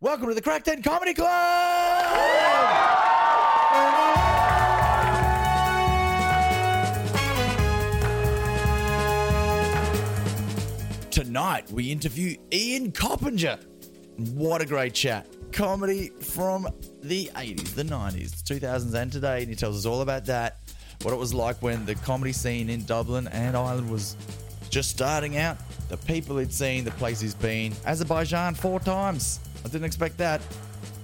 Welcome to the Crack 10 Comedy Club! Tonight, we interview Ian Coppinger. What a great chat. Comedy from the 80s, the 90s, 2000s, and today. And he tells us all about that, what it was like when the comedy scene in Dublin and Ireland was just starting out, the people he'd seen, the place he's been. Azerbaijan four times. I didn't expect that.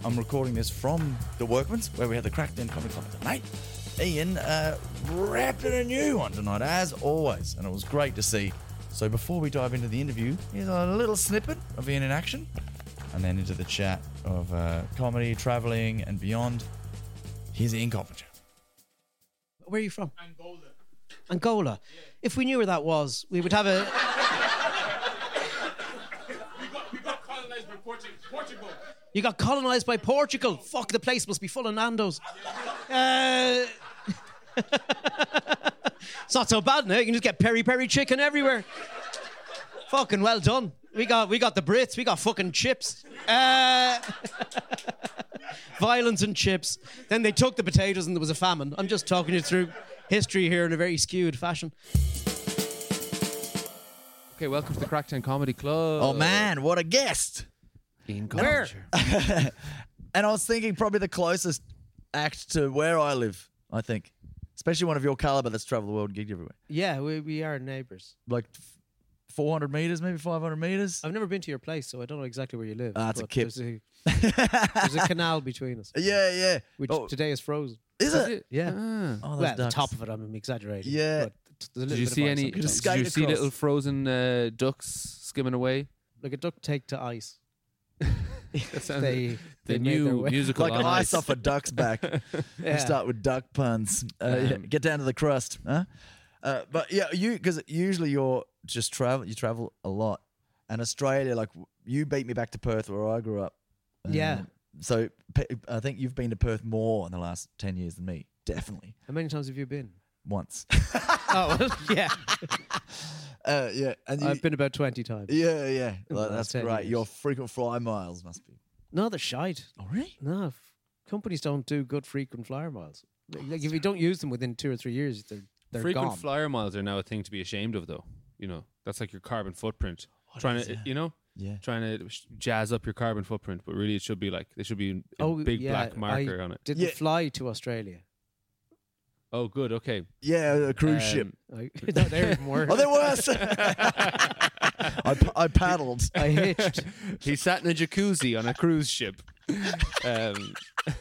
I'm recording this from the Workman's, where we had the Crackdown Comedy Club tonight. Ian uh, wrapped in a new one tonight, as always, and it was great to see. So before we dive into the interview, here's a little snippet of Ian in action, and then into the chat of uh, comedy, travelling, and beyond. Here's Ian Coppinger. Where are you from? Angola. Angola. If we knew where that was, we would have a. We got, we got colonized by Portu- Portugal. You got colonized by Portugal. Fuck, the place must be full of Nando's. Uh, it's not so bad now. You can just get peri peri chicken everywhere. fucking well done. We got we got the Brits. We got fucking chips. Uh, violence and chips. Then they took the potatoes and there was a famine. I'm just talking you through history here in a very skewed fashion. Okay, welcome to the Crackdown Comedy Club. Oh man, what a guest! Ian Where? Collinger. And I was thinking probably the closest act to where I live, I think. Especially one of your caliber that's traveled the world and gigged everywhere. Yeah, we, we are neighbors. Like f- 400 meters, maybe 500 meters. I've never been to your place, so I don't know exactly where you live. Ah, it's a but kip. There's a, there's a canal between us, Yeah, yeah. which Oh, today is frozen. is it? Yeah. Ah. Oh, well, that's the top of it, I'm exaggerating. Yeah. but t- there's a little Did you bit of see ice any? on the Just top. skate Did you see across. little frozen uh, ducks skimming away? Like a duck take to ice. That sounds They, the they made their new way- musical Like on ice off a duck's back. Yeah. You start with duck puns. Uh, yeah, Um, get down to the crust, huh? Uh, but yeah, you because usually you're just travel. You travel a lot, and Australia, like w- you beat me back to Perth where I grew up. Yeah. Mm. So pe- I think you've been to Perth more in the last ten years than me, definitely How many times have you been? once. oh, well, yeah. uh, yeah, and you, I've been about 20 times. yeah, yeah, like, the that's last 10 great. years. Your frequent flyer miles must be. No, they're shite. Oh really? No, f- companies don't do good frequent flyer miles. Like, like, if you don't use them within two or three years, they're, they're Frequent gone. flyer miles are now a thing to be ashamed of, though. You know, that's like your carbon footprint. trying to, you know, Yeah. trying to sh- jazz up your carbon footprint, but really it should be like there should be a Oh, big yeah, black marker I on it. Didn't Yeah. fly to Australia. Oh, good. Okay. Yeah, a cruise ship. Um, I, no, they're even worse. Oh, they're worse. I, p- I paddled. I hitched. He sat in a jacuzzi on a cruise ship. Um,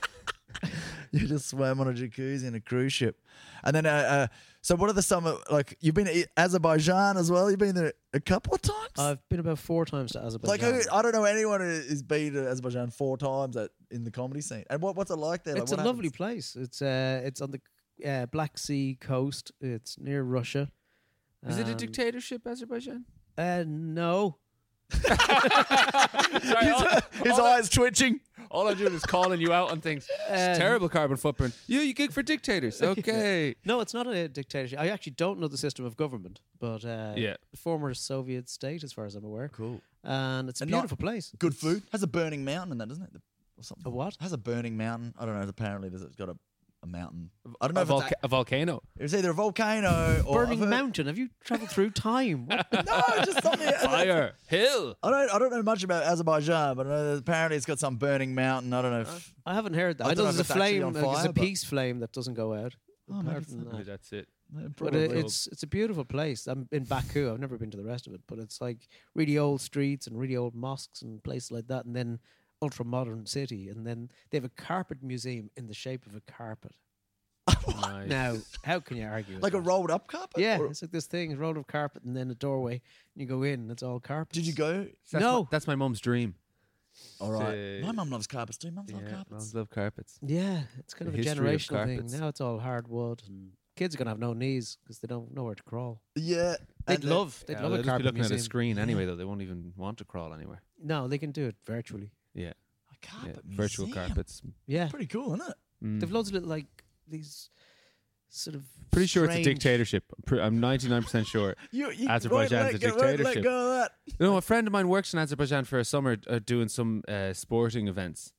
You just swam on a jacuzzi in a cruise ship, and then uh, uh so what are the summer like? You've been to E, Azerbaijan as well. You've been there a couple of times. I've been about four times to Azerbaijan. like who, I don't know anyone who- who's been to Azerbaijan four times at, in the comedy scene. And what, what's it like there? Like, it's what a lovely happens? place. It's uh, it's on the uh, Black Sea coast. It's near Russia. is it a Um, dictatorship, Azerbaijan? Uh, no. Sorry, all- His all I- eyes twitching. All I do is calling you out on things. Um, It's terrible carbon footprint. You, you gig for dictators. Okay. No, it's not a dictatorship. I actually don't know the system of government, but uh, Yeah. former Soviet state, as far as I'm aware. Cool. And it's a And not- beautiful place. Good food. Has a burning mountain in that, doesn't it? The- or something. A what? Has a burning mountain. I don't know. Apparently, there's, it's got a, a mountain. I don't know A, if it's, volca- a volcano. a- it's either a volcano or Oh, I've Burning heard- Mountain. Have you traveled through time? What the- No, just something. Fire. Hill. I don't, I don't know much about Azerbaijan, but I know that apparently it's got some burning mountain. I don't know. If, I haven't heard that. I I, don't know know if there's a it's actually flame. on like, there's fire, a but- peace flame that doesn't go out. Oh, maybe Apart it's from not. that. That's it. But it, it's it's a beautiful place. I'm in Baku. I've never been to the rest of it, but it's like really old streets and really old mosques and places like that, and then ultra modern city, and then they have a carpet museum in the shape of a carpet. Nice. Now, how can you argue? with like a that? rolled up carpet. Yeah, Or- it's like this thing, a roll of carpet, and then a doorway, and you go in, and it's all carpet. did you go? That's no. My, that's my mum's dream. All right. The- My mum loves carpets too. Mums love carpets. mums love carpets. Yeah, it's kind The of a history of generational thing. carpets. Now it's all hardwood, and kids are gonna have no knees because they don't know where to crawl. yeah. They'd and then- love, they'd Yeah, love they'll a just be carpet looking museum. at a screen anyway, though. They won't even want to crawl anywhere. No, they can do it virtually. a Yeah. yeah. carpet Virtual museum. carpets. Yeah, Pretty cool, isn't it? Mm. They've loads of little like these sort of Pretty sure it's a strange- dictatorship. I'm pre- I'm 99% sure. You, you, Azerbaijan's a let go- let- dictatorship. Let go of that. No, a friend of mine works in Azerbaijan for a summer uh, doing some uh, sporting events,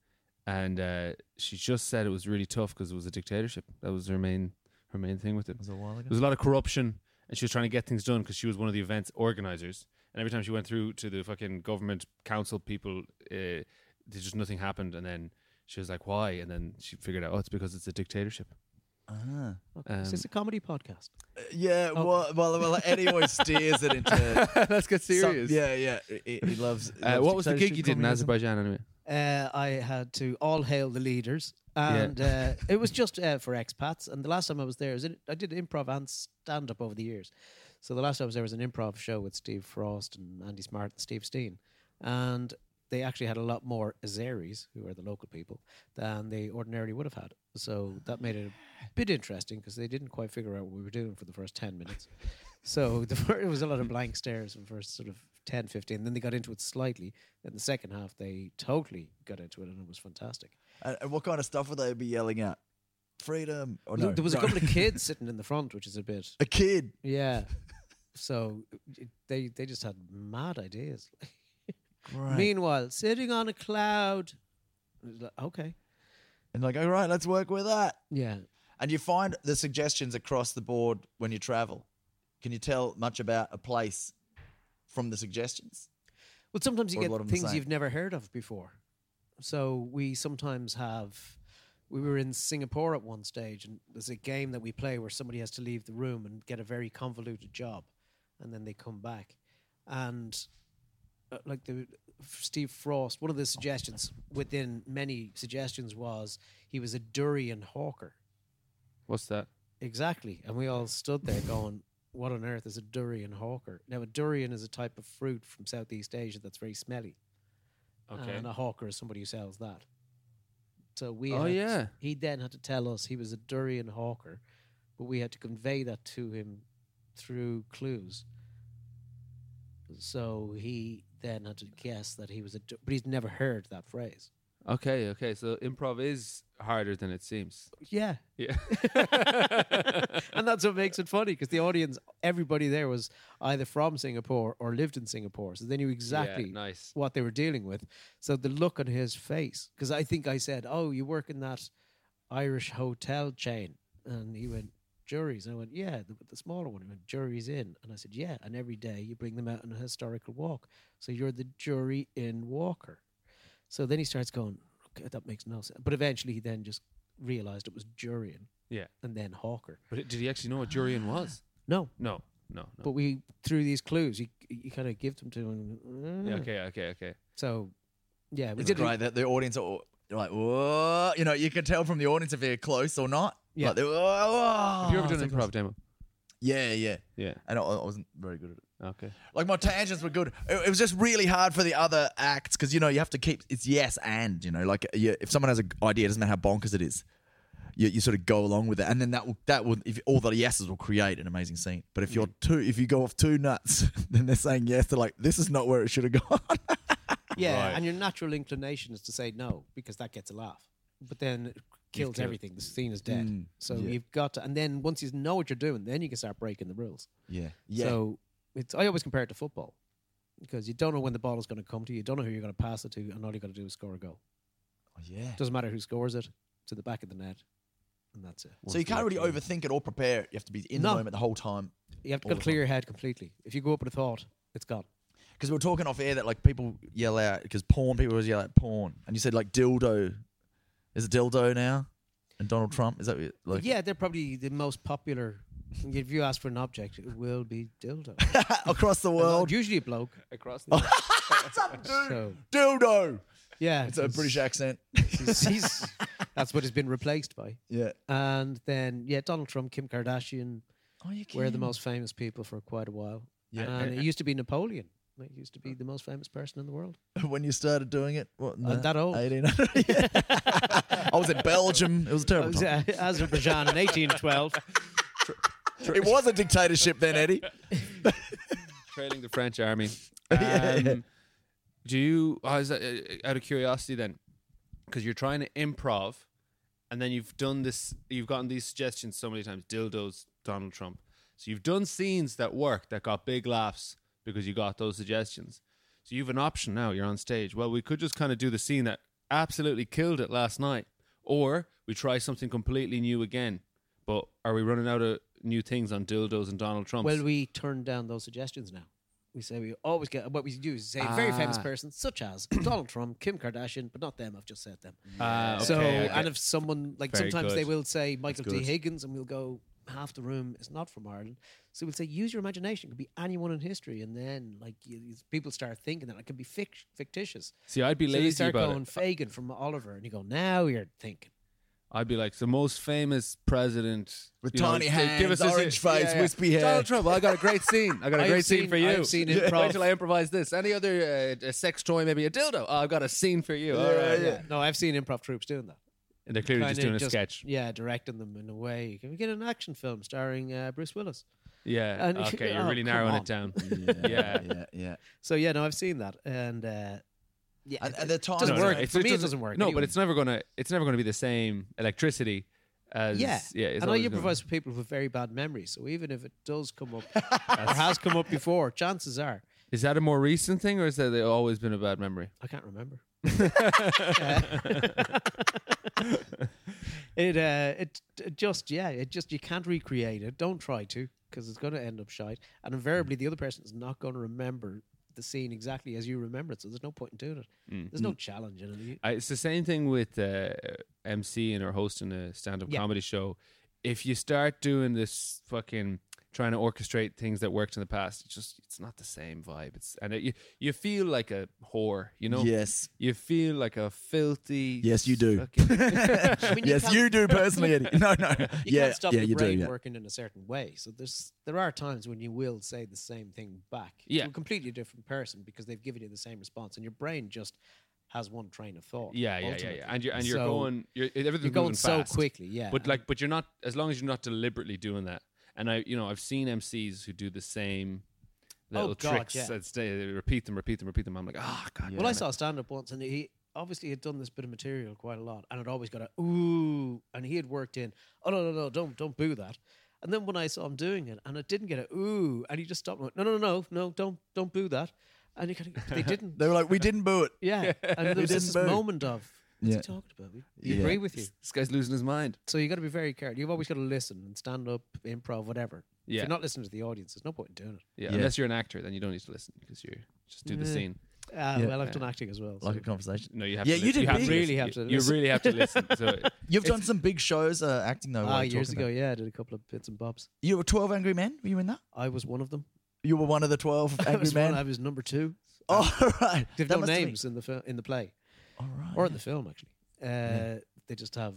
and uh, she just said it was really tough because it was a dictatorship. That was her main her main thing with it. a while ago. There was a lot of corruption, and she was trying to get things done because she was one of the events organizers. And every time she went through to the fucking government council people, uh, there just nothing happened. And then she was like, "Why?" And then she figured out, "Oh, it's because it's a dictatorship." Ah. Okay, is Um, this a comedy podcast? Yeah, Oh. well, well, well, Eddie always steers it into. Let's get some- yeah, yeah. He, he loves. he Uh, loves what was the gig you did in communism. Azerbaijan anyway? Uh, I had to all hail the leaders, Yeah. and uh, it was just uh, for expats. And the last time I was there, is it, I did improv and stand up over the years. So the last time I was there was an improv show with Steve Frost and Andy Smart and Steve Steen, and they actually had a lot more Azeris, who are the local people, than they ordinarily would have had. So that made it a bit interesting because they didn't quite figure out what we were doing for the first ten minutes. So the fir- it was a lot of blank stares for the first sort of 10, 15. Then they got into it slightly. In the second half, they totally got into it, and it was fantastic. And, and what kind of stuff would they be yelling at? Freedom. Or Oh, no, there was no. a couple of kids sitting in the front, which is a bit a kid. yeah. So it- they they just had mad ideas. Right. Meanwhile, sitting on a cloud. It was like, Okay. and like, all right, let's work with that. Yeah. And you find the suggestions across the board when you travel. Can you tell much about a place from the suggestions? Well, sometimes you Or a get lot of them things same. you've never heard of before. So we sometimes have. We were in Singapore at one stage, and there's a game that we play where somebody has to leave the room and get a very convoluted job, and then they come back, and uh, like the Steve Frost, one of the suggestions within many suggestions was he was a durian hawker. What's that? Exactly. And we all stood there going, What on earth is a durian hawker? Now, a durian is a type of fruit from Southeast Asia that's very smelly. And a hawker is somebody who sells that. So we. Oh, had- yeah. He then had to tell us he was a durian hawker, but we had to convey that to him through clues. So he then had to guess that he was a. du- But he'd never heard that phrase. Okay, okay. So improv is harder than it seems. Yeah. Yeah. and that's what makes it funny because the audience, everybody there was either from Singapore or lived in Singapore, so they knew exactly Yeah, nice. what they were dealing with. So the look on his face, because I think I said, "Oh, you work in that Irish hotel chain," and he went. Juries, and I went, yeah, the, the smaller one. He went, juries in, and I said, yeah. And every day you bring them out on a historical walk, so you're the jury in walker. So then he starts going, okay, that makes no sense. But eventually he then just realized it was Durian Yeah. and then Hawker. But did he actually know what durian was? No, No, no, no. but we through these clues, you you kind of give them to him. Yeah, okay, okay, okay. So, yeah, we Is it were- right that the audience are all- they're like, whoa? You know, you can tell from the audience if they're close or not. Yeah. Like they're, whoa, Have you ever done an sometimes- improv demo? Yeah, yeah. Yeah. And I, I wasn't very good at it. Okay. Like my tangents were good. It, it was just really hard for the other acts because you know you have to keep it's yes and you know like you, if someone has an idea, it doesn't matter how bonkers it is. You, you sort of go along with it, and then that will that will if all the yeses will create an amazing scene. But if you're too if you go off too nuts, then they're saying yes. They're like this is not where it should have gone. yeah, Right. and your natural inclination is to say no because that gets a laugh, but then it kills killed- everything. The scene is dead. Mm, so yeah. you've got to, and then once you know what you're doing, then you can start breaking the rules. yeah, yeah. So it's I always compare it to football because you don't know when the ball is going to come to you, you don't know who you're going to pass it to, and all you got to do is score a goal. Oh, yeah. Doesn't matter who scores it, to the back of the net, and that's it. So you can't really overthink it or prepare. it. You have to be in the No. moment the whole time. You have to All go the clear your head completely. If you go up with a thought, it's gone. Because we were talking off air that like people yell out because porn people always yell out porn, and you said like dildo. Is it dildo now? And Donald Trump is that what you- like yeah, they're probably the most popular. If you ask for an object, it will be dildo. across the Well, world? usually a bloke. across the Some dude, So dildo. yeah, It's a British accent. he's- he's- that's what it's been replaced by. Yeah. And then yeah, Donald Trump, Kim Kardashian Oh, you were the most famous people for quite a while. Yeah. and it used to be Napoleon. He used to be the most famous person in the world. When you started doing it, what? in Uh, the that old. 1800? Yeah. I was in Belgium. It was a I terrible was, time. uh, Azerbaijan in 1812. It was a dictatorship then, Eddie. trailing the French army. Um, uh, do you? Oh, is that, uh, out of curiosity, then, because you're trying to improv, and then you've done this. You've gotten these suggestions so many times: dildos, Donald Trump. So you've done scenes that work that got big laughs because you got those suggestions. So you've an option now. You're on stage. Well, we could just kind of do the scene that absolutely killed it last night, or we try something completely new again. But are we running out of new things on dildos and Donald Trump? Well, we turn down those suggestions now. We say we always get what we do is say very famous Ah. persons such as Donald Trump, Kim Kardashian, but not them. I've just said them. Ah, okay, so, I get- and if someone like Very sometimes they good. will say Michael That's T good. Higgins, and we'll go half the room is not from Ireland. So we'll say use your imagination. It could be anyone in history, and then like you, you- people start thinking that it could be fic- fictitious. see, I'd be so you lazy start about going it. Fagan from Oliver, and you go now you're thinking. I'd be like the most famous president With you know, tiny they hands, give us this- orange face, wispy hair. Donald Trump. I got a great scene. I got a I've great scene seen- for you. I've seen improv. Wait till I improvise this. Any other uh, a sex toy, maybe a dildo. Oh, I've got a scene for you. All right. No, I've seen improv troops doing that. And they're clearly just Kinda doing a sketch. Yeah, directing them in a way. Can we get an action film starring uh, Bruce Willis? Yeah. And- okay, you're oh, really come narrowing on. it down. yeah, Yeah. yeah, yeah. So yeah, no, I've seen that, and uh, yeah, At, it- at the it time, doesn't No, no, work. it's- For it me, it doesn't- doesn't work. No, anyway. but it's never gonna. It's never gonna be the same electricity as. yeah, Yeah. it's I know always you gonna- improvise with people with very bad memories, so even if it does come up or has come up before, chances are Is that a more recent thing, or is that always been a bad memory? I can't remember. it uh, it it just yeah, it just you can't recreate it. Don't try to because it's going to end up shite, and invariably the other person is not going to remember the scene exactly as you remember it. So there's no point in doing it. Mm, There's no challenge in it. You- I, it's the same thing with uh, MCing or hosting a stand-up Yeah. comedy show. If you start doing this fucking trying to orchestrate things that worked in the past, it's just it's not the same vibe. It's and it, you you feel like a whore, you know. Yes. You feel like a filthy. Yes, you do. fucking- mean, you yes, can't- you do personally, Eddie. No, no. you yeah, can't stop yeah, your you do. brain Yeah. working in a certain way. So there's there are times when you will say the same thing back Yeah. to a completely different person because they've given you the same response, and your brain just has one train of thought. yeah, yeah, yeah, ultimately. yeah. And you're and you're So going. You're, everything's you're going moving so fast. quickly. Yeah, But like, but you're not as long as you're not deliberately doing that. And I, you know, I've seen MCs who do the same little Oh, God, tricks. yeah. that stay- they repeat them, repeat them, repeat them. I'm like, ah, god. well, I damn it." saw a stand up once, and he obviously had done this bit of material quite a lot, and had always got a ooh, and he had worked in, oh no no no, don't don't boo that. And then when I saw him doing it, and it didn't get a ooh, and he just stopped and went, no no no no no, don't don't boo that. And he kind of, they didn't. They were like, we didn't boo it. Yeah, and there We was just didn't this boo. moment of what's Yeah. he talking about? We, we Yeah. agree with you. This guy's losing his mind. So you got to be very careful. You've always got to listen and stand up, improv, whatever. If Yeah. you're not listening to the audience, there's no point in doing it. Yeah, Yeah. unless you're an actor, then you don't need to listen because you just do the Yeah. scene. Uh, Yeah. Well, I've done acting as well. Like so- a conversation. No, you have. Yeah, to you listen. did have big- to Really listen. have to You- listen. You really have to listen. So You've done some big shows uh, acting though. Ah, while you're years talking ago, about- yeah, I did a couple of bits and bobs. you were twelve Angry Men. Were you in that? I was one of them. You were one of the twelve I Angry was one- Men. I was number two. oh, right. They've That no must have been- names in the fil- in the play All right. or in the film actually. Uh, They just have.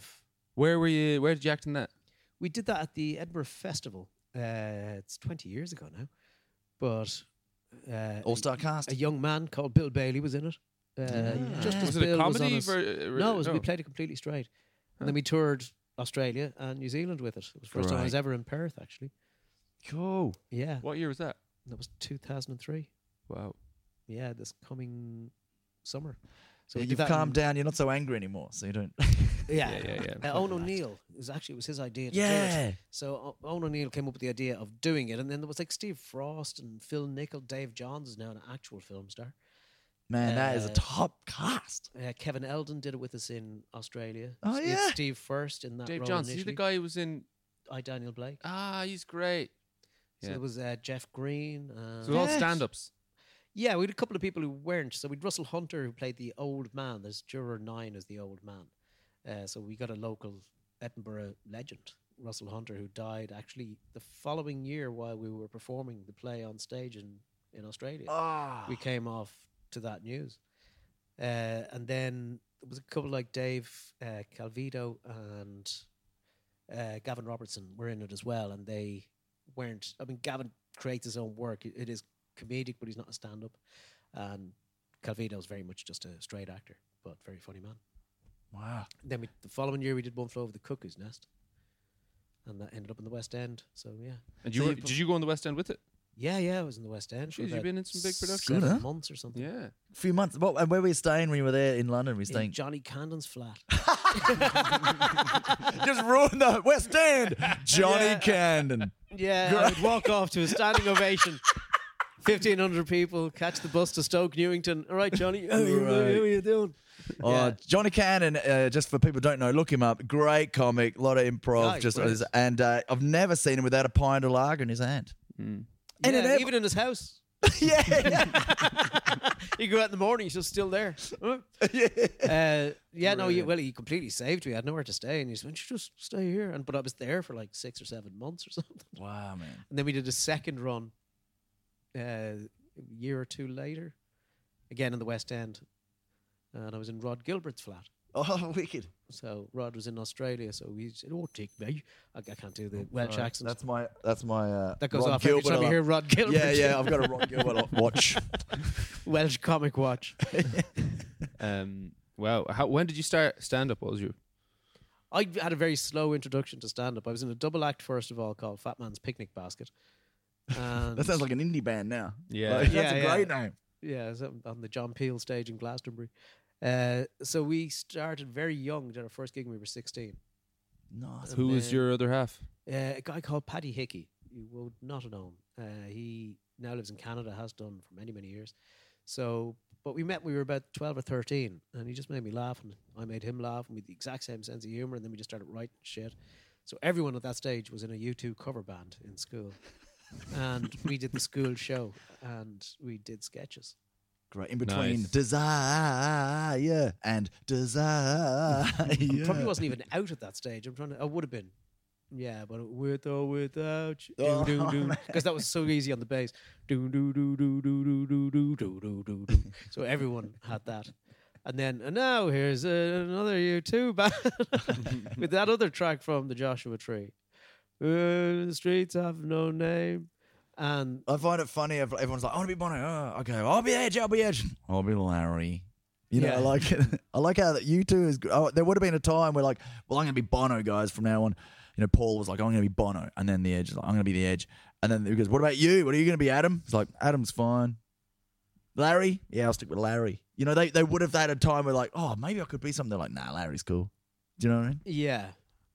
where were you? Where did you act in that? We did that at the Edinburgh Festival. Uh, it's 20 years ago now, but uh, All star cast. a young man called Bill Bailey was in it. Uh, Ah. Just as was it Bill a was on comedy? Oh. his- ver- no, it was, we played it completely straight, and then we toured Australia and New Zealand with it. It was the first time I was Right. ever in Perth, actually. Cool. Yeah, oh, What year was that? that was 2003. Wow. Yeah, this coming summer. So Yeah, we did you've that calmed in- down. You're not so angry anymore, so you don't. Yeah, Yeah, yeah, yeah. Uh, Owen O'Neill it was actually it was his idea. To Do it. yeah. So O- Owen O'Neill came up with the idea of doing it, and then there was like Steve Frost and Phil Nickel. Dave Johns is now an actual film star. Man, that is a Uh, top cast. Uh, Kevin Eldon did it with us in Australia. Oh, It's yeah. Steve first in that Dave role Johnson. He's the initially. guy who was in. I Daniel Blake. Ah, he's great. So Yeah. there was uh, Jeff Green. Uh, So it was all Yes. stand-ups. yeah, we had a couple of people who weren't. So we'd Russell Hunter who played the old man. There's juror nine as the old man. Uh, so we got a local Edinburgh legend, Russell Hunter, who died actually the following year while we were performing the play on stage in, in Australia. Ah. We came off to that news. Uh, and then there was a couple like Dave uh, Calvito and uh, Gavin Robertson were in it as well, and they weren't. I mean, Gavin creates his own work. It- it is comedic, but he's not a stand-up. And Calvito's very much just a straight actor, but very funny man. Wow. Then we, the following year, we did One Flew Over the Cuckoo's Nest, and that ended up in the West End. So yeah, And you So were, you- did you go on the West End with it? Yeah, yeah, I was in the West End. for Jeez, you've about been in some big productions. seven Good, huh? months or something. Yeah. few months. Well, and where were you staying when you were there in London? Were you In staying? Johnny Candon's flat. Just ruined the West End. Johnny Yeah. Camden. Yeah, I would walk off to a standing ovation. 1,500 people catch the bus to Stoke Newington. All right, Johnny, uh, how are you, how are you doing? Oh, Yeah. Johnny Cannon, uh, just for people who don't know, look him up. Great comic, lot of improv. Nice, just brilliant. and uh, I've never seen him without a pint of lager in his hand. Hmm. And Yeah, it ev- even in his house. yeah, yeah. You go out in the morning, she's still there. Uh, yeah, no, he, well, he completely saved me. I had nowhere to stay, and he said, "Why don't you just stay here?" And but I was there for like six or seven months or something. Wow, man. And then we did a second run uh, a year or two later, again in the West End, and I was in Rod Gilbert's flat. Oh, wicked. So Rod was in Australia, so he said, "Oh, take me." I, I can't do the Welsh accent. Mm, That's my. That's my. Uh, that goes Ron off Gilbert every time you alarm. hear Rod Gilbert. Yeah, yeah. I've got a Ron Gilbert watch. Welsh comic watch. Um, wow. How, when did you start stand up? What was your I had a very slow introduction to stand up. I was in a double act first of all called Fat Man's Picnic Basket. And That sounds like an indie band now. Yeah. Like, Yeah, that's a yeah. great name. yeah, it was on on the John Peel stage in Glastonbury. Uh, so we started very young. Did our first gig when we were sixteen. Nice. who was uh, your other half? Uh, a guy called Paddy Hickey. You would not have known. Uh, he now lives in Canada, has done for many many years. So, but we met. when We were about twelve or thirteen, and he just made me laugh, and I made him laugh, and we had the exact same sense of humor. And then we just started writing shit. So everyone at that stage was in a U two cover band in school, and we did the school show, and we did sketches. Great. In between Nice. desire yeah, and desire. I probably wasn't even out at that stage. I'm trying to. I would have been. Yeah, but with or without you, Oh, because that was so easy on the bass. Do do do do do do do do do do do. do. So everyone had that, and then and now here's uh, another U two band with that other track from the Joshua Tree. Uh, the streets have no name, and I find it funny if everyone's like, I want to be Bono. Oh, okay, I'll be Edge. I'll be Edge. I'll be Larry. You know, Yeah. I like it. I like how that you two is. Oh, there would have been a time where like, well, I'm going to be Bono, guys, from now on. You know, Paul was like, I'm going to be Bono, and then the Edge is like, I'm going to be the Edge, and then he goes, What about you? What are you going to be, Adam? It's like, Adam's fine. Larry, yeah, I'll stick with Larry. You know, they they would have had a time where like, oh, maybe I could be something. They're like, Nah, Larry's cool. Do you know what I mean? yeah,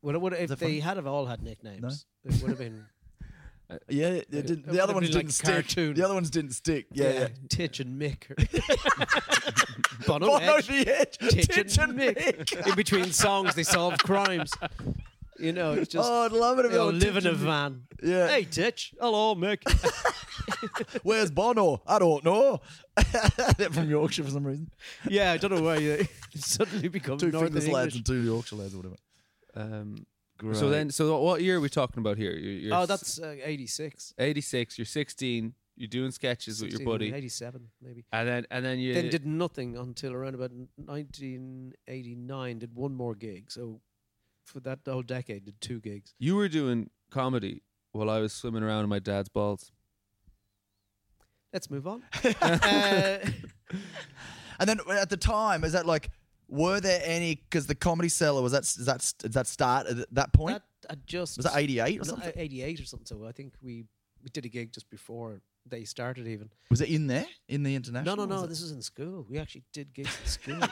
well, it would if that they funny? had have all had nicknames, it would have been Yeah, it didn't, would the other have ones been like didn't a stick. cartoon. The other ones didn't stick. Yeah, yeah. Titch and Mick, or- Bono, Bono Edge. the Edge, Titch and Mick. In between songs, they solve crimes. You know, it's just oh, I'd love it if they it all was live Titch in a and Mick. van. Yeah. Hey, Titch. Hello, Mick. Where's Bono? I don't know. They're from Yorkshire for some reason. yeah, I don't know why you suddenly become Two Northern fingers lads English. and two Yorkshire lads or whatever. Um, Great. So then, so what year are we talking about here? You're, you're Oh, that's uh, 86. 86 you're 16 you're doing sketches with 16, your buddy 87, maybe. and then and then you Then did nothing until around about 1989. Did one more gig. So for that whole decade, did two gigs. you were doing comedy while i was swimming around in my dad's balls Let's move on. uh, and then at the time, is that like, were there any? Because the comedy seller was that is that is that start at that point? that, I just was that eighty eight or No, something? 88 or something. So I think we, we did a gig just before they started, even. was it in there in the No, international? no, Was no. it- This was in school. We actually did gigs in school.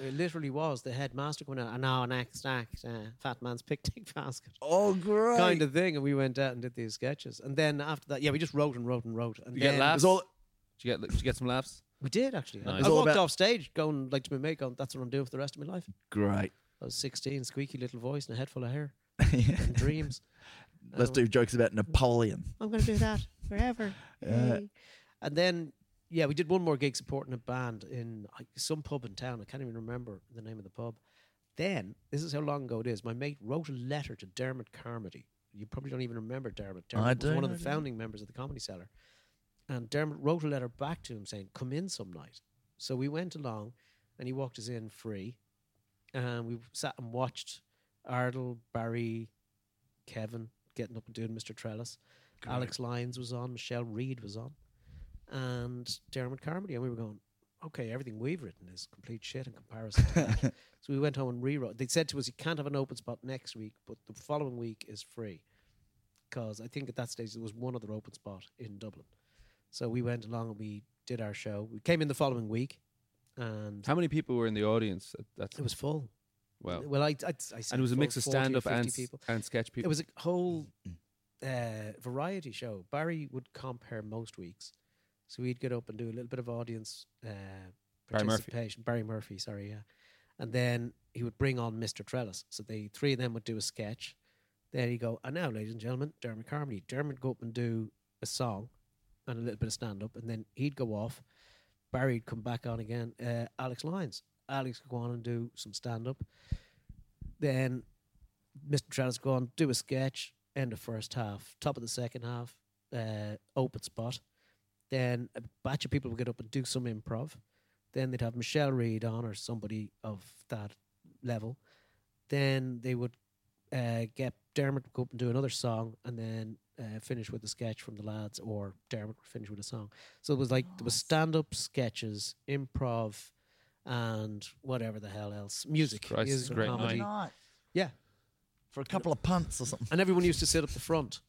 it literally was the headmaster going out, and now next act, uh, Fat Man's Picnic Basket. oh, great. Kind of thing, and we went out and did these sketches, and then after that, yeah, we just wrote and wrote and wrote, and you get then- laughs It's all- did you get did you get some laughs We did actually. I- Nice. It's I all walked about- off stage going like to my mate, going, "That's what I'm doing for the rest of my life." great. I was 16, squeaky little voice and a head full of hair and dreams. Let's Um, do jokes about Napoleon. I'm going to do that forever. Yay. Uh, And then, yeah, we did one more gig supporting a band in like, some pub in town. I can't even remember the name of the pub. Then, this is how long ago it is. My mate wrote a letter to Dermot Carmody. You probably don't even remember Dermot. Dermot I was do, one of I the do. founding members of the Comedy Cellar. And Dermot wrote a letter back to him saying, Come in some night. So we went along and he walked us in free. And we sat and watched Ardle, Barry, Kevin getting up and doing Mr. Trellis. Alex Lyons was on, Michelle Reed was on, and Dermot Carmody. And we were going, okay, everything we've written is complete shit in comparison. To that. so we went home and rewrote. They said to us, you can't have an open spot next week, but the following week is free. because I think at that stage there was one other open spot in Dublin. So we went along and we did our show. We came in the following week, and How many people were in the audience? At that it was full. wow. Well, I, I, I And it was a mix of stand up and, s- people. and sketch people. It was a whole uh, variety show. Barry would comp her most weeks, so we'd get up and do a little bit of audience uh, Barry Murphy. participation. Barry Murphy, sorry, yeah. And then he would bring on Mr. Trellis. So they three of them would do a sketch. There you go. And now, ladies and gentlemen, Dermot Carmody. Dermot would go up and do a song and a little bit of stand up, and then he'd go off. Barry'd come back on again. Uh, Alex Lyons. Alex would go on and do some stand up. Then Mr. Trellis go on, do a sketch, end of first half, top of the second half, uh, open spot. Then a batch of people would get up and do some improv. Then they'd have Michelle Reed on or somebody of that level. Then they would uh, get Dermot to go up and do another song and then uh, finish with a sketch from the lads or Dermot would finish with a song. So it was like there was stand up sketches, improv, and whatever the hell else. Music. Christ, it's music a great comedy. night. Yeah. For a couple of punts or something. And everyone used to sit up the front.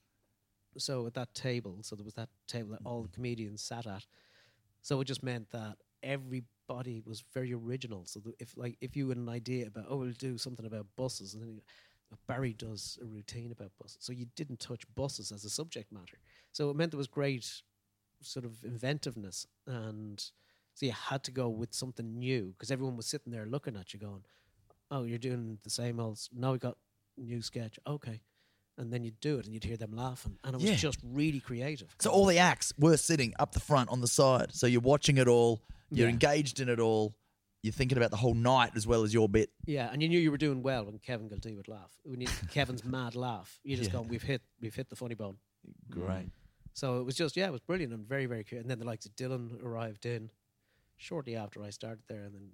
So at that table, so there was that table that all the comedians sat at. So it just meant that everybody was very original. So that if like if you had an idea about oh we'll do something about buses and then you, Barry does a routine about buses, so you didn't touch buses as a subject matter. So it meant there was great sort of inventiveness and so you had to go with something new because everyone was sitting there looking at you going oh you're doing the same old s- now we got new sketch okay and then you'd do it and you'd hear them laughing and it was Yeah. just really creative So all the acts were sitting up the front on the side. So you're watching it all, you're Yeah. engaged in it all, you're thinking about the whole night as well as your bit. yeah and you knew you were doing well when kevin gildee would laugh when you, kevin's mad laugh you just Yeah. go we've hit we've hit the funny bone Great. So it was just, yeah, it was brilliant and very, very cute. And then the likes of Dylan arrived in shortly after I started there. And then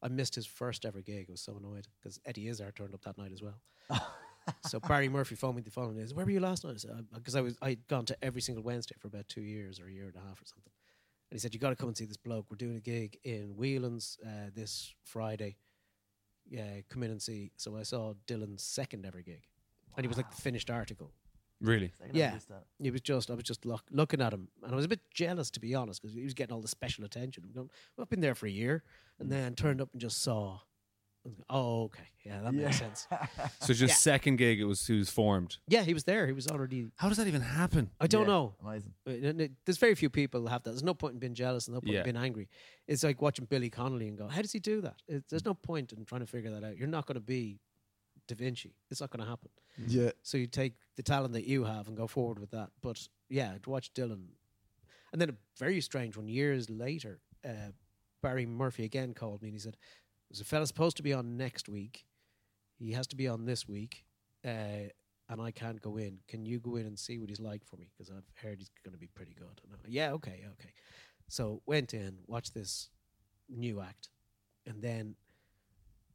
I missed his first ever gig. I was so annoyed because Eddie Izzard turned up that night as well. so Barry Murphy phoned me the following day. He said, Where were you last night? Because I, was, I'd gone to every single Wednesday for about two years or a year and a half or something. And he said, You got to come and see this bloke. We're doing a gig in Whelan's uh, this Friday. Yeah, come in and see. So I saw Dylan's second ever gig. And he was like the finished article. really? Yeah. It was just, I was just look, looking at him, and I was a bit jealous to be honest, because he was getting all the special attention. I'm going, well, I've been there for a year, and then turned up and just saw. I was going, Oh, okay, yeah, that makes sense. So just second gig, it was who's formed. Yeah, he was there. He was already. How does that even happen? I don't know. Amazing. Uh, n- n- There's very few people who have that. There's no point in being jealous. and No point Yeah. in being angry. It's like watching Billy Connolly and go, how does he do that? It, there's no point in trying to figure that out. You're not going to be Da Vinci. It's not going to happen. Yeah. So you take the talent that you have and go forward with that. But yeah, to watch Dylan. And then a very strange one, years later, uh, Barry Murphy again called me and he said, There's a fella supposed to be on next week. He has to be on this week. Uh, and I can't go in. Can you go in and see what he's like for me? Because I've heard he's going to be pretty good. And I, yeah, okay, okay. So went in, watched this new act. And then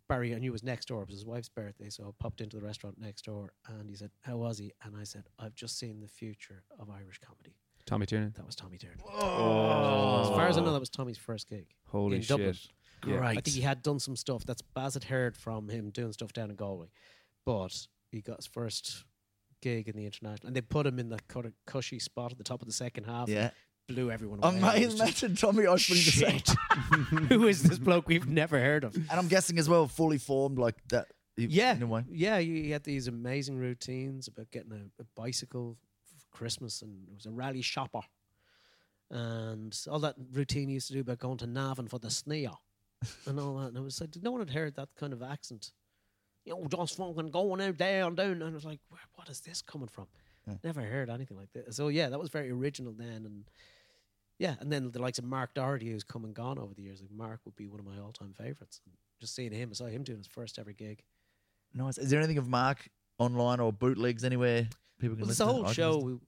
Barry, I knew was next door. It was his wife's birthday, so I popped into the restaurant next door, and he said, "How was he?" And I said, "I've just seen the future of Irish comedy." Tommy Tiernan. That was Tommy Deirdre. Oh. As far as I know, that was Tommy's first gig. Holy in shit. Dublin. Yeah. I think he had done some stuff. That's Baz had heard from him doing stuff down in Galway, but he got his first gig in the international, and they put him in the kind of cushy spot at the top of the second half. Yeah. blew everyone away. It was Amazing. just, Imagine Tommy Oshman in the Shit. second- Who is this bloke we've never heard of? And I'm guessing as well, fully formed like that. he- Yeah, In a way. yeah. He he had these amazing routines about getting a, a bicycle for Christmas, and it was a rally shopper, and all that routine he used to do about going to Navan for the sneer and all that. And it was like no one had heard that kind of accent. You know, just fucking going out there and down, and I was like, Where, what is this coming from? Never heard anything like that. So yeah, that was very original then, and yeah, and then the likes of Mark Doherty, who's come and gone over the years. Like Mark would be one of my all-time favorites. Just seeing him, I saw him doing his first ever gig. Nice. Is there anything of Mark online or bootlegs anywhere people can Well, there's listen a to? whole I can listen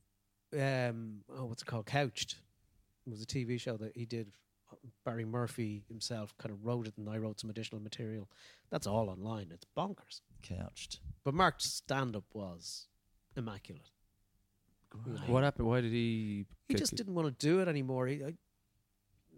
show. Um, oh, what's it called? Couched. It was a TV show that he did. Barry Murphy himself kind of wrote it, and I wrote some additional material. That's all online. It's bonkers. to? Couched. But Mark's stand-up was immaculate. You know, What happened? Why did he? He kick just it? didn't want to do it anymore. He, I,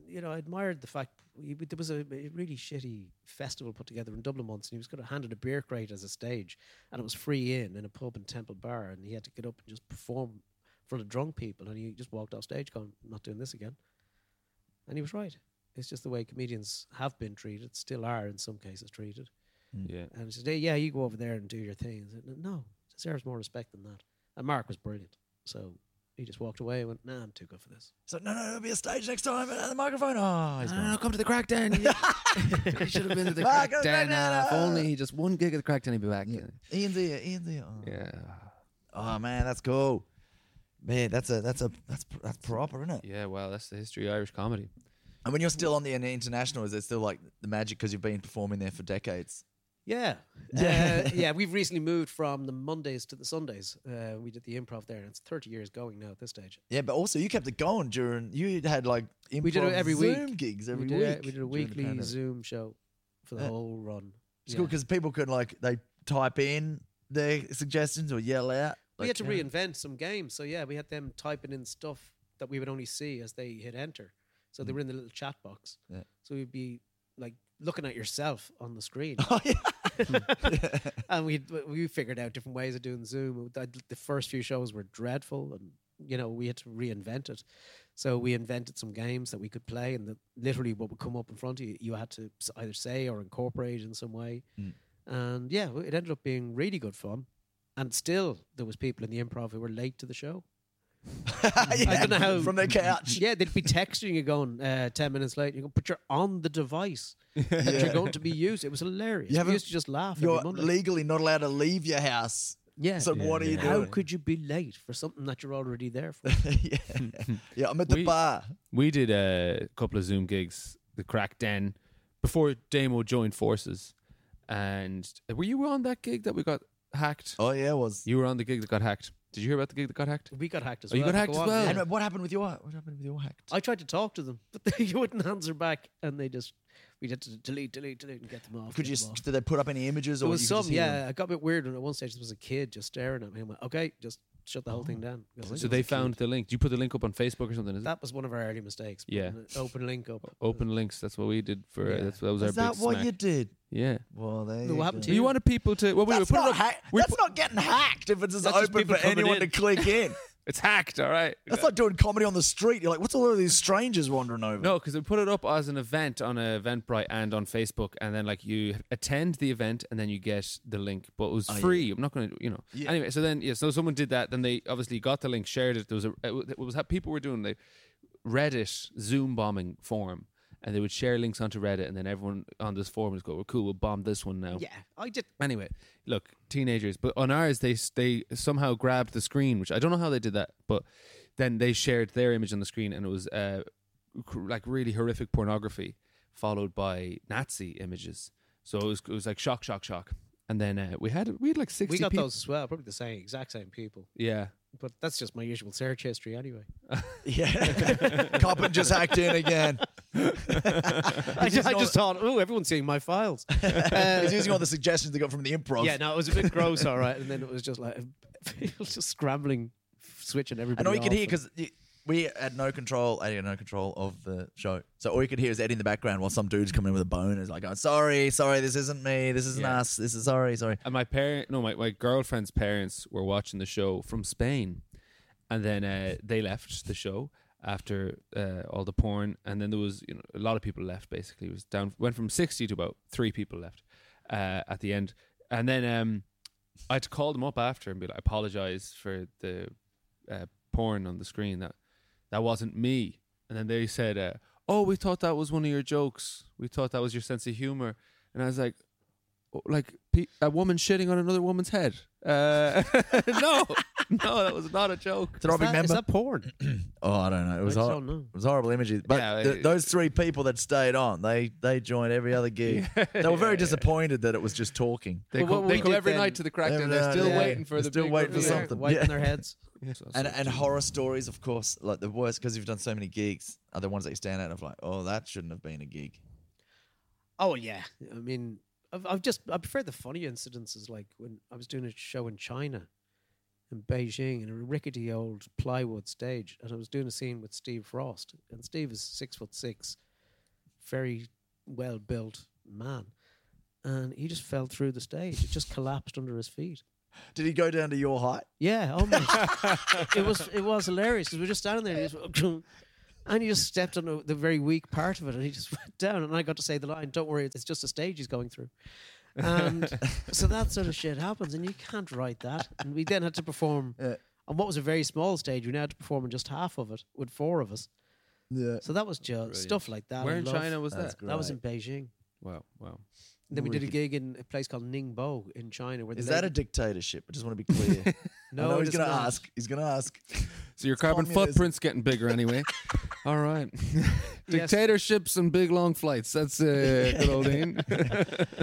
you know, I admired the fact he, there was a a really shitty festival put together in Dublin once, and he was kind of handed a beer crate as a stage, and it was free in in a pub in Temple Bar, and he had to get up and just perform for the drunk people, and he just walked off stage going, "I'm not doing this again," and he was right. It's just the way comedians have been treated, still are in some cases treated. Yeah. And he said, "Hey, "Yeah, you go over there and do your thing." I said, "No, it deserves more respect than that." And Mark was brilliant, so he just walked away and went, "Nah, I'm too good for this." He's like, no, no, it'll be a stage next time and the microphone. Oh, he's gone. come to the crackdown. he should have been at the uh, Ah, go to the Crackdown, Crackdown. If only he just one gig at the crackdown, he'd be back. Ian's here. Ian's here. Oh. Yeah. Oh, man, that's cool. Man, that's a that's a that's pr- that's proper, isn't it? Yeah. Well, that's the history of Irish comedy. And when you're still on the international, is it still like the magic because you've been performing there for decades? Yeah. Yeah. Uh, yeah, we've recently moved from the Mondays to the Sundays. Uh, we did the improv there, and it's 30 years going now at this stage. Yeah, but also you kept it going during. You had like improv We did it every Zoom week. gigs every we did, week. A, we did a during the weekly pandemic. Zoom show for the Yeah. whole run. It's cool Yeah. because people could like they type in their suggestions or yell out. we like, had to yeah. reinvent some games. So, yeah, we had them typing in stuff that we would only see as they hit enter. So they were in the little chat box. Mm. Yeah. So we'd be like looking at yourself on the screen. Oh yeah. and we we figured out different ways of doing Zoom. The the first few shows were dreadful, and you know we had to reinvent it. So we invented some games that we could play, and that literally what would come up in front of you, you had to s- either say or incorporate in some way. Mm. And yeah, w- it ended up being really good fun. And still, there was people in the improv who were late to the show. I Yeah, don't know how from their couch. Yeah, they'd be texting you going uh, ten minutes late. You go, but you're on the device that you're going to be used. It was hilarious. You You haven't- used to just laugh. every You're Monday. legally not allowed to leave your house. yeah. So what are you How doing? could you be late for something that you're already there for? yeah. yeah, I'm at the We- bar. We did a couple of Zoom gigs, the Crack Den, before Damo joined forces. And uh, were you on that gig that we got hacked? Oh yeah, it was. You were on the gig that got hacked. Did you hear about the gig that got hacked? We got hacked as Oh, you well. got hacked Go on. as well? And what happened with your what happened with your hacked? I tried to talk to them, but they, you wouldn't answer back, and they just we had to delete, delete, delete, and get them off. Could get you them s- off. did they put up any images There or was you could some, just hear them? yeah. It got a bit weird when at one stage there was a kid just staring at me. I'm like, okay, just shut the whole Oh. thing down. I was like, So "It they was a found kid." the link. Do you put the link up on Facebook or something? Is it? that was one of our early mistakes. Yeah. putting an Open link Oh, up. Open links. That's what we did for. Yeah. That's that was our Is that big what smack. you did? Yeah. Well, there No, you what go. happened to We you? wanted people to. Well, we were That's, putting not, up. hack- we that's not getting hacked if it's just That's just open people for coming anyone to in. click in. It's hacked. All right. Uh, That's like doing comedy on the street. You're like, what's all of these strangers wandering over? No, because we put it up as an event on uh, Eventbrite and on Facebook, and then like you attend the event and then you get the link, but it was free. I'm not going to, you know. Oh, Yeah. Anyway, so then yeah, so someone did that. Then they obviously got the link, shared it. There was a it was- it was how people were doing the Reddit Zoom bombing forum, and they would share links onto Reddit, and then everyone on this forum would go, "Well, cool, we'll bomb this one now." Yeah, I did. Anyway, look, teenagers, but on ours they they somehow grabbed the screen, which I don't know how they did that, but then they shared their image on the screen and it was uh, cr- like really horrific pornography followed by Nazi images. So it was it was like shock, shock, shock, and then uh, we had we had like sixty. We got peop- those as well. Probably the same exact same people, Yeah, but that's just my usual search history anyway. Yeah. Coppin just hacked in again. I, just, I just thought, oh, everyone's seeing my files. He's using all the suggestions they got from the improv. Yeah, no, it was a bit gross, all right. And then it was just like people just scrambling, switching and everybody. all you could off hear, and- because we had no control, Eddie had no control of the show. So all you could hear is Eddie in the background while some dude's coming in with a bone and is like, oh, sorry, sorry, this isn't me. This isn't Yeah. us. This is sorry, sorry. and my parent, no, my my girlfriend's parents were watching the show from Spain, and then uh, they left the show after uh, all the porn, and then there was you know a lot of people left. Basically, it was down went from sixty to about three people left uh, at the end, and then um, I had to call them up after and be like, apologize for the uh, porn on the screen that that wasn't me, and then they said, uh, oh, we thought that was one of your jokes, we thought that was your sense of humor, and I was like "Oh, like pe- a woman shitting on another woman's head. Uh, no, no, that was not a joke. Did I Is that- remember? Is that porn? Oh, I don't know. It was, I hor- don't know. It was horrible images. But Yeah, th- it- those three people that stayed on, they they joined every other gig. they were very disappointed that it was just talking. They Well, what go, they we go did every then- night to the crack, Every and they're night, still yeah. waiting for They're the still big waiting for reveal. something. Wiping Yeah. their heads. and and horror stories, of course, like the worst because you've done so many gigs are the ones that you stand out of. Like, oh, that shouldn't have been a gig. Oh yeah, I mean, I've, I've just I prefer the funny incidences. Like when I was doing a show in China, in Beijing in a rickety old plywood stage, and I was doing a scene with Steve Frost, and Steve is six foot six, very well built man, and he just fell through the stage. It just collapsed under his feet. Did he go down to your height? Yeah, almost. it was it was hilarious 'cause we were just standing there, and he, just, and he just stepped on the- the very weak part of it, and he just went down. And I got to say the line, "Don't worry, it's just a stage he's going through." And so that sort of shit happens, and you can't write that. And we then had to perform on what was a very small stage. We now had to perform on just half of it with four of us. Yeah. So that was just stuff like that. I Where in love- China was That's that? great. That was in Beijing. Wow, wow. Then we did a gig in a place called Ningbo in China. Where the Is that a lady- dictatorship? I just want to be clear. No, I know it he's is going to not. ask. He's going to ask. So your carbon communism. footprint's getting bigger anyway. All right. Dictatorships and big long flights. That's uh, good old Ian.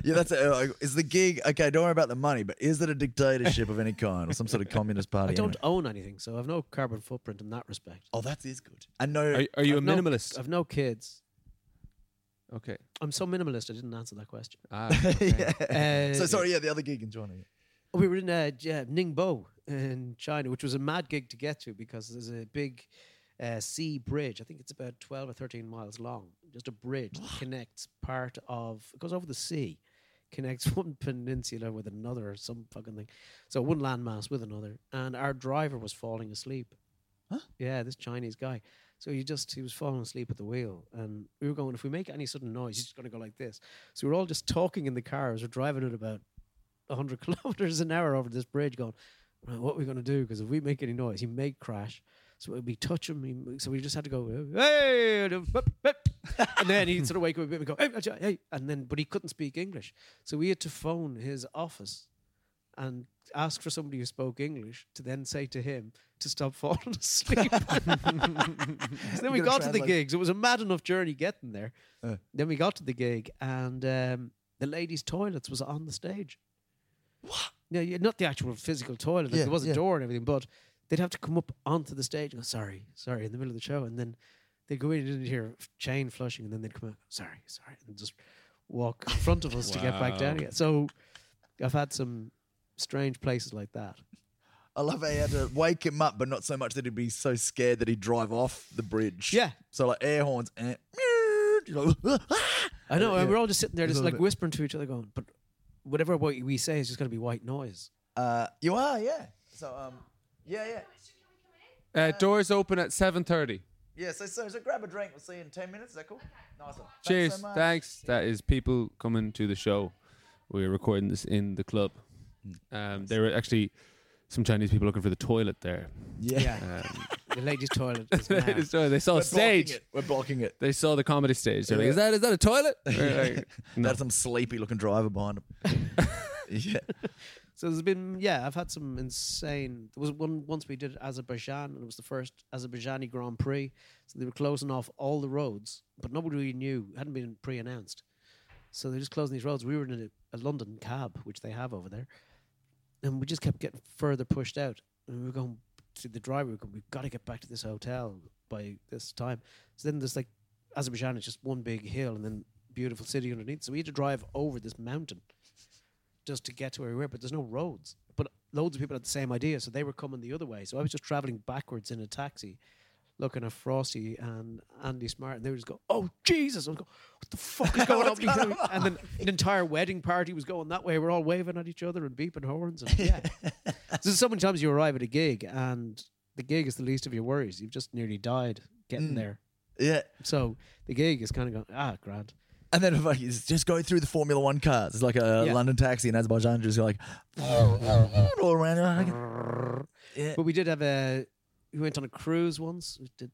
Yeah, that's a, uh, is the gig. Okay, don't worry about the money, but is it a dictatorship of any kind or some sort of communist party? I don't anyway? own anything, so I've no carbon footprint in that respect. Oh, that is good. I know. are, are you a I've no- minimalist? I've no kids. Uh, Okay. I'm so minimalist. I didn't answer that question. Ah, yeah. Uh, so sorry. Yeah, the other gig in China. We were in uh, J- uh, Ningbo in China, which was a mad gig to get to because there's a big uh, sea bridge. I think it's about 12 or 13 miles long. Just a bridge that connects part of, it goes over the sea, connects one peninsula with another or some fucking thing. So one landmass with another. And our driver was falling asleep. Yeah, this Chinese guy. So he just he was falling asleep at the wheel, and we were going. If we make any sudden noise, he's just going to go like this. So we were all just talking in the car as we're driving at about 100 kilometers an hour over this bridge, going, right, "What are we going to do? Because if we make any noise, he may crash." So we touch him. He, so we just had to go, "Hey," and then, "Bup, bup." and then he'd sort of wake up a bit and go, "Hey, hey, hey," and then but he couldn't speak English, so we had to phone his office and ask for somebody who spoke English to then say to him to stop falling asleep. so then we gotta got to the translate. gigs. It was a mad enough journey getting there. Uh. Then we got to the gig, and um, the ladies' toilets was on the stage. What? No, yeah, not the actual physical toilet. like, Yeah, there was a yeah. door and everything, but they'd have to come up onto the stage and go, "Sorry, sorry," in the middle of the show, and then they'd go in and hear f- chain flushing, and then they'd come out, "Sorry, sorry," and just walk in front of us to get back down Wow. again. So I've had some strange places like that. I love how he had to wake him up, but not so much that he'd be so scared that he'd drive off the bridge. Yeah. So like air horns. Eh, you know, I know, Yeah. and we're all just sitting there, There's just a little like bit- whispering to each other, going, "But whatever what we say is just going to be white noise." uh, you are, yeah. So um, yeah, yeah, uh, doors open at seven thirty. yeah. So, so so grab a drink. We'll see you in ten minutes. Is that cool? Nice one. Thanks so Cheers. much. Thanks. That is people coming to the show. We're recording this in the club. Um, there were actually some Chinese people looking for the toilet there. Yeah. Um, The ladies' toilet. Is they mad. just- they saw a We're blocking stage. it. We're blocking it. They saw the comedy stage. They're like, Yeah. "Is that is that a toilet?" We're like, That's some sleepy looking driver behind him. yeah. So there's been yeah, I've had some insane. There was one once we did Azerbaijan, and it was the first Azerbaijani Grand Prix. So they were closing off all the roads, but nobody really knew hadn't been pre-announced. So they're just closing these roads. We were in a, a London cab, which they have over there, and we just kept getting further pushed out. And we were going to the driver. We were going, we've got to get back to this hotel by this time. So then there's like Azerbaijan is just one big hill, and then beautiful city underneath. So we had to drive over this mountain just to get to where we were, but there's no roads. But loads of people had the same idea, so they were coming the other way. So I was just traveling backwards in a taxi, looking at Frosty and Andy Smart, and they were just go, "Oh Jesus!" I was going, "What the fuck is going on?" here?" And then an entire wedding party was going that way. We're all waving at each other and beeping horns. And yeah, so so many times you arrive at a gig, and the gig is the least of your worries. You've just nearly died getting there. Yeah. So the gig is kind of going, ah, grand. And then like, it's just go through the Formula One cars. It's like a Yeah. London taxi in Azerbaijan, just like all around. Yeah. But we did have a. We went on a cruise once. We did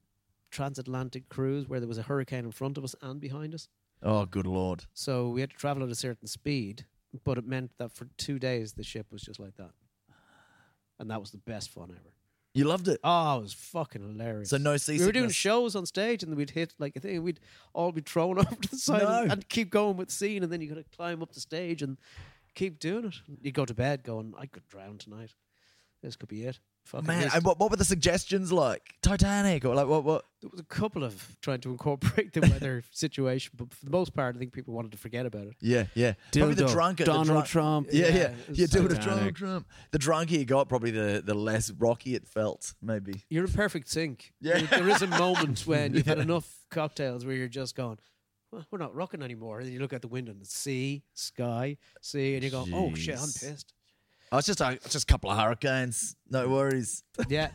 transatlantic cruise where there was a hurricane in front of us and behind us. Oh, good lord. So we had to travel at a certain speed, but it meant that for two days the ship was just like that, and that was the best fun ever. You loved it. Oh, it was fucking hilarious. So no we were doing seasickness. shows on stage, and we'd hit like I think we'd all be thrown over to the side and, No. and keep going with the scene, and then you got to climb up the stage and keep doing it. You go to bed going, I could drown tonight. This could be it. fucking Man, list. and what, what were the suggestions like? Titanic or like what? What? there was a couple of trying to incorporate the weather situation, but for the most part, I think people wanted to forget about it. Yeah, yeah. probably the Dildo, drunker, the Donald drunk- Trump. Yeah, yeah, Yeah, yeah. it was Dildo, Titanic. Donald Trump. The drunker you got, probably the the less rocky it felt. Maybe. You're in perfect sync. Yeah. There- there is a moment when you've had enough cocktails where you're just going, well, we're not rocking anymore. And then you look out the window and it's sea, sky, sea, and you go, oh shit, I'm Jeez. pissed. I was just a, just a couple of hurricanes. No worries. Yeah.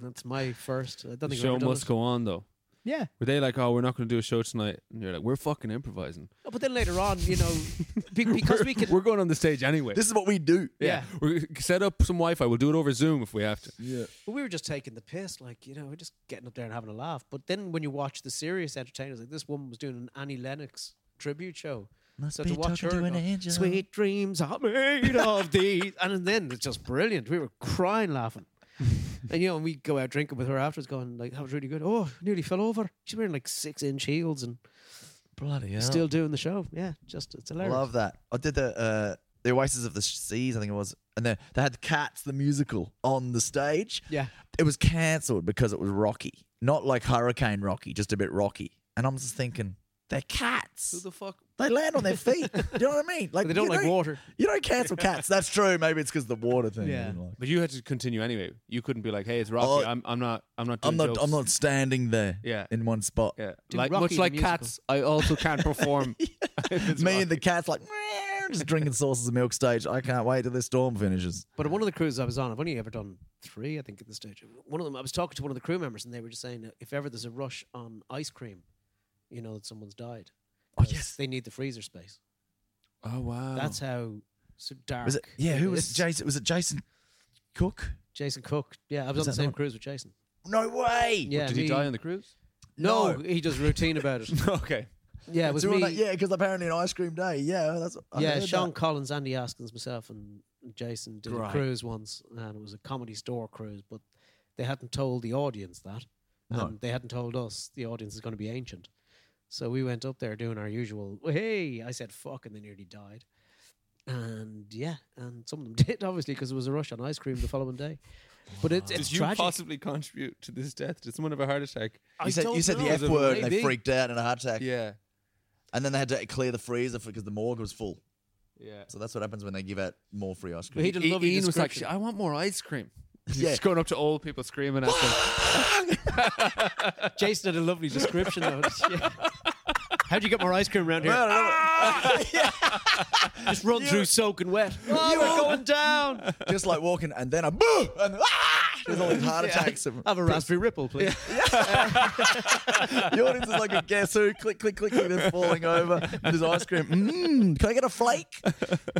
That's my first. I don't The think show I've ever must done go on, though. it. Yeah. Were they like, oh, we're not going to do a show tonight? And you're like, we're fucking improvising. Oh, but then later on, you know, be- because we're, we can. we're going on the stage anyway. This is what we do. yeah. yeah. We're, set up some Wi Fi. We'll do it over Zoom if we have to. Yeah. But we were just taking the piss, like you know, we're just getting up there and having a laugh. But then when you watch the serious entertainers, like this woman was doing an Annie Lennox tribute show. Must be talking to an angel. Sweet dreams are made of these, and then it's just brilliant. We were crying laughing, and you know, and we go out drinking with her afterwards, going like, "That was really good." Oh, nearly fell over. She's wearing like six inch heels and Bloody hell. still doing the show. Yeah, just it's hilarious. Love that. I did the uh, the Oasis of the Seas, I think it was, and they they had Cats the musical on the stage. Yeah. it was cancelled because it was rocky, not like Hurricane Rocky, just a bit rocky. And I'm just thinking, they're Who cats. the fuck? They land on their feet. Do you know what I mean? Like But they don't you like water. You don't cancel cats. That's true. Maybe it's because the water thing. you Yeah. didn't like. But you had to continue anyway. You couldn't be like, hey, it's Oh, Rocky. I'm, I'm not. I'm not. Doing I'm not. Jokes. I'm not standing there. Yeah. in one spot. Yeah. Do like Rocky much the like musical. cats, I also can't perform. It's me and the cats like "Meow," just drinking saucers of milk. Stage. I can't wait till this storm finishes. But one of the cruises I was on, I've only ever done three, I think, at this stage. One of them, I was talking to one of the crew members, and they were just saying, that if ever there's a rush on ice cream, you know that someone's died. Oh 'Cause yes. they need the freezer space. Oh wow. That's how so dark. Was it? Yeah. Who was is. Jason? Was it Jason Cook? Jason Cook? Yeah, I was Was on the that the same one- cruise with Jason. No way. Yeah, Did he die on the cruise? No, he does routine about it. okay. Yeah, it was Doing me. that- yeah, because apparently an ice cream day. Yeah, that's. I Yeah, heard that. Sean Collins, Andy Askins, myself, and Jason did Right. a cruise once, and it was a comedy store cruise, but they hadn't told the audience that. No. And they hadn't told us the audience is going to be ancient. So we went up there doing our usual, hey, I said fuck, and they nearly died. And yeah, and some of them did, obviously, because there was a rush on ice cream the following day. But it's, it's Did you tragic. possibly contribute to this death? Did someone have a heart attack? You said, you said the know. F word and they Maybe. freaked out and a heart attack. Yeah. And then they had to clear the freezer because the morgue was full. Yeah. So that's what happens when they give out more free ice But cream. he did a lovely Ian was like, description. I want more ice cream. He's Yeah. just going up to old people screaming at them. Jason had a lovely description of it. Yeah. How'd you get more ice cream around here? Ah! Just run through soaking wet. Oh, You we're all- going down. Just like walking, and then a boo, and ah! there's all these heart attacks. and- Have a raspberry ripple, please. The audience is like a guess who, click, click, click, click, they're falling over. And there's ice cream. Mmm, can I get a flake?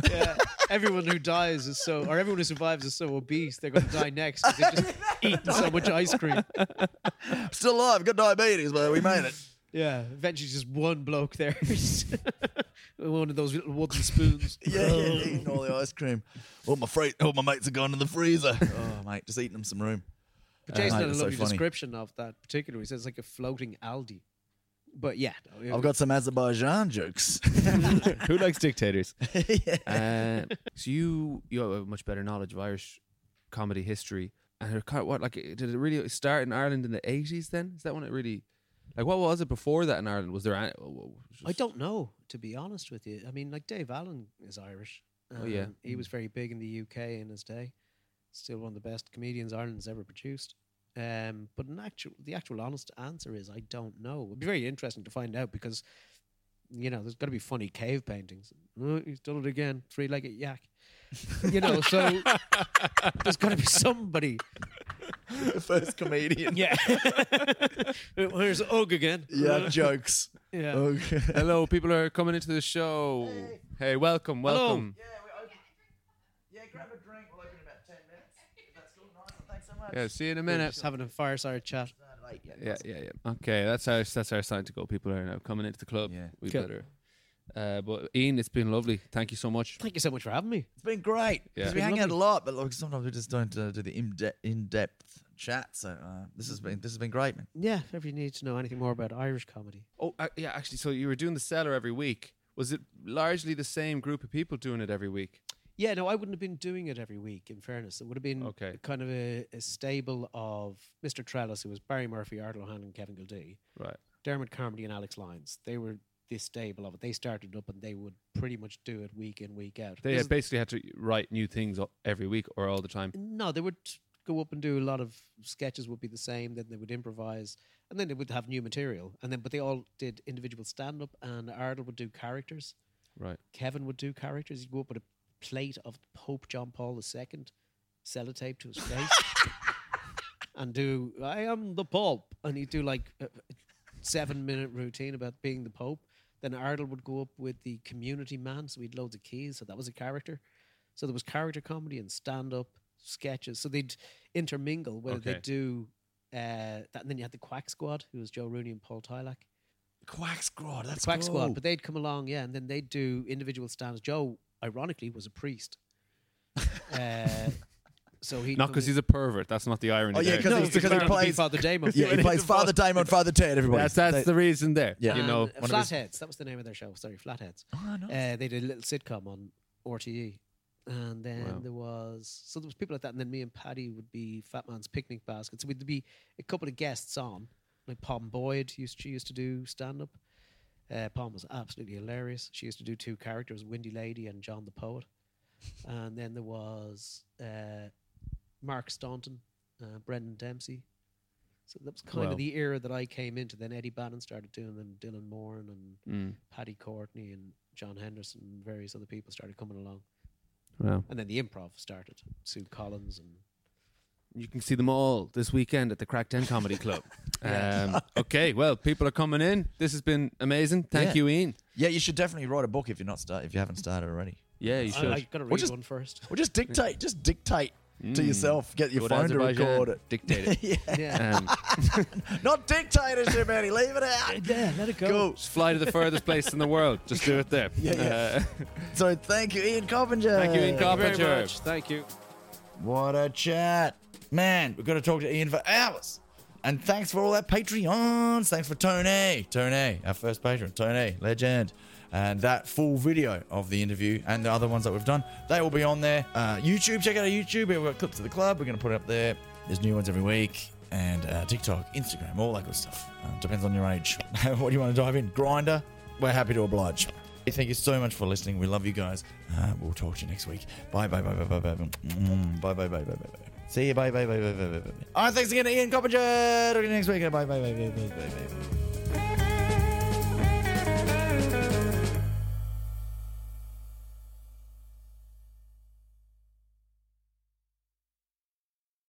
Yeah. Everyone who dies is so, or everyone who survives is so obese, they're going to die next because they've just eaten so much ice cream. Still alive, got diabetes, but we made it. Yeah. Eventually, just one bloke there. one of those little wooden spoons. Yeah, yeah, eating all the ice cream. All my freight, all my mates are gone in the freezer. Oh, mate, just eating them some room. But Jason Uh, had a it's so lovely funny. description of that particular. He says it's like a floating Aldi. But yeah. no, it- I've got some Azerbaijan jokes. Who likes dictators? Yeah. Uh, so you you have a much better knowledge of Irish comedy history. And it kind of- what like did it really start in Ireland in the eighties? Then is that when it really like what was it before that in Ireland? Was there? an- I don't know, to be honest with you. I mean, like Dave Allen is Irish. Oh, yeah. Um, he was very big in the UK in his day. Still one of the best comedians Ireland's ever produced. Um, but an actual, the actual honest answer is I don't know. It'd be very interesting to find out because, you know, there's got to be funny cave paintings. Oh, he's done it again, three-legged yak. you know, so there's got to be somebody. the first comedian. Yeah. Where's Ugg again? Yeah, jokes. Yeah. Okay. Hello, people are coming into the show. Hey, welcome, Hello. welcome. Yeah, grab a drink. We'll open in about 10 minutes. If that's cool. Nice. Thanks so much. Yeah, see you in a We're minute. Just having a fireside chat. Yeah, yeah, yeah. Okay, that's our that's our sign to go. People are now coming into the club. Yeah. we Cool. better. Uh, but Ian, it's been lovely. Thank you so much. Thank you so much for having me. It's been great. Yeah. Because It's we been hang out a lovely. lot, but like, sometimes we just don't uh, do the in, de- in depth chat. So uh, this has been this has been great, man. Yeah, if you need to know anything more about Irish comedy. Oh, uh, yeah. Actually, so you were doing the cellar every week. Was it largely the same group of people doing it every week? Yeah, no, I wouldn't have been doing it every week. In fairness, it would have been Okay. kind of a, a stable of Mr. Trellis, who was Barry Murphy, Art Lohan, and Kevin Gildee, Right. Dermot Carmody, and Alex Lyons. They were this stable of it. They started up, and they would pretty much do it week in, week out. They This had is- basically had to write new things o- every week or all the time. No, they would go up and do a lot of sketches would be the same. Then they would improvise, and then they would have new material. And then, but they all did individual stand up, and Ardle would do characters. Right. Kevin would do characters. He'd go up with a plate of Pope John Paul II, sellotape to his face, and do "I am the Pope," and he'd do like a a seven-minute routine about being the Pope. Then Ardle would go up with the community man, so he'd loads of keys, so that was a character. So there was character comedy and stand-up sketches. So they'd intermingle whether Okay. they do uh, that, and then you had the Quack Squad, who was Joe Rooney and Paul Tylak. Quack Squad. That's Quack cool. Squad, but they'd come along, yeah, and then they'd do individual stands. Joe, ironically, was a priest. uh, so he Not because he's a pervert. That's not the irony. Oh, yeah, there. 'cause he's- because he plays- Father Damon. yeah, he plays Father Damon, Father Ted. Everybody. that's that's the reason there. Yeah. You And know, one of his- Flatheads. That was the name of their show. Sorry, Flatheads. Oh, no. Uh, they did a little sitcom on RTE. And then Wow. there was so there was people like that, and then me and Paddy would be Fat Man's picnic basket. So we'd be a couple of guests on, like Pom Boyd used she used to do stand up. Uh, Pom was absolutely hilarious. She used to do two characters, Windy Lady and John the Poet. And then there was uh, Mark Staunton, uh, Brendan Dempsey. So that was kind Wow. of the era that I came into. Then Eddie Bannon started doing them, Dylan Moore and Mm. Paddy Courtney and John Henderson and various other people started coming along. Wow. And then the improv started. Sue Collins and You can see them all this weekend at the Crack 10 Comedy Club. um, okay, well, people are coming in. This has been amazing. Yeah. Thank you, Ian. yeah, you should definitely write a book if you're not start if you haven't started already. Yeah, you should. I, I gotta We're read just- one first. Or just dictate. Just dictate to Mm. yourself. Get your Go to phone to Azerbaijan, record it. Dictate it. yeah. Yeah. Um, Not dictatorship, Eddie. Leave it out. yeah, let it go. Cool. just fly to the furthest place in the world. Just do it there. Yeah, yeah. Uh, So thank you, Ian Coppinger. thank you, Ian Very Carpenter. much. Thank you. What a chat. Man, we've got to talk to Ian for hours. And thanks for all our Patreons. Thanks for Tony. Tony, our first patron. Tony, legend. And that full video of the interview and the other ones that we've done, they will be on there. Uh, YouTube, check out our YouTube. We've got clips of the club. We're going to put it up there. There's new ones every week. And uh, TikTok, Instagram, all that good stuff. Uh, depends on your age. what do you want to dive in? Grinder? We're happy to oblige. Thank you so much for listening. We love you guys. Uh, we'll talk to you next week. Bye, bye, bye, bye, bye, bye, bye, Mm, bye, bye, bye, bye, bye. bye. See you. Bye, bye, bye, bye, bye, bye, bye. bye. All right, thanks again, to Ian Coppinger. Talk to you next week. Bye, bye, bye, bye, bye, bye, bye.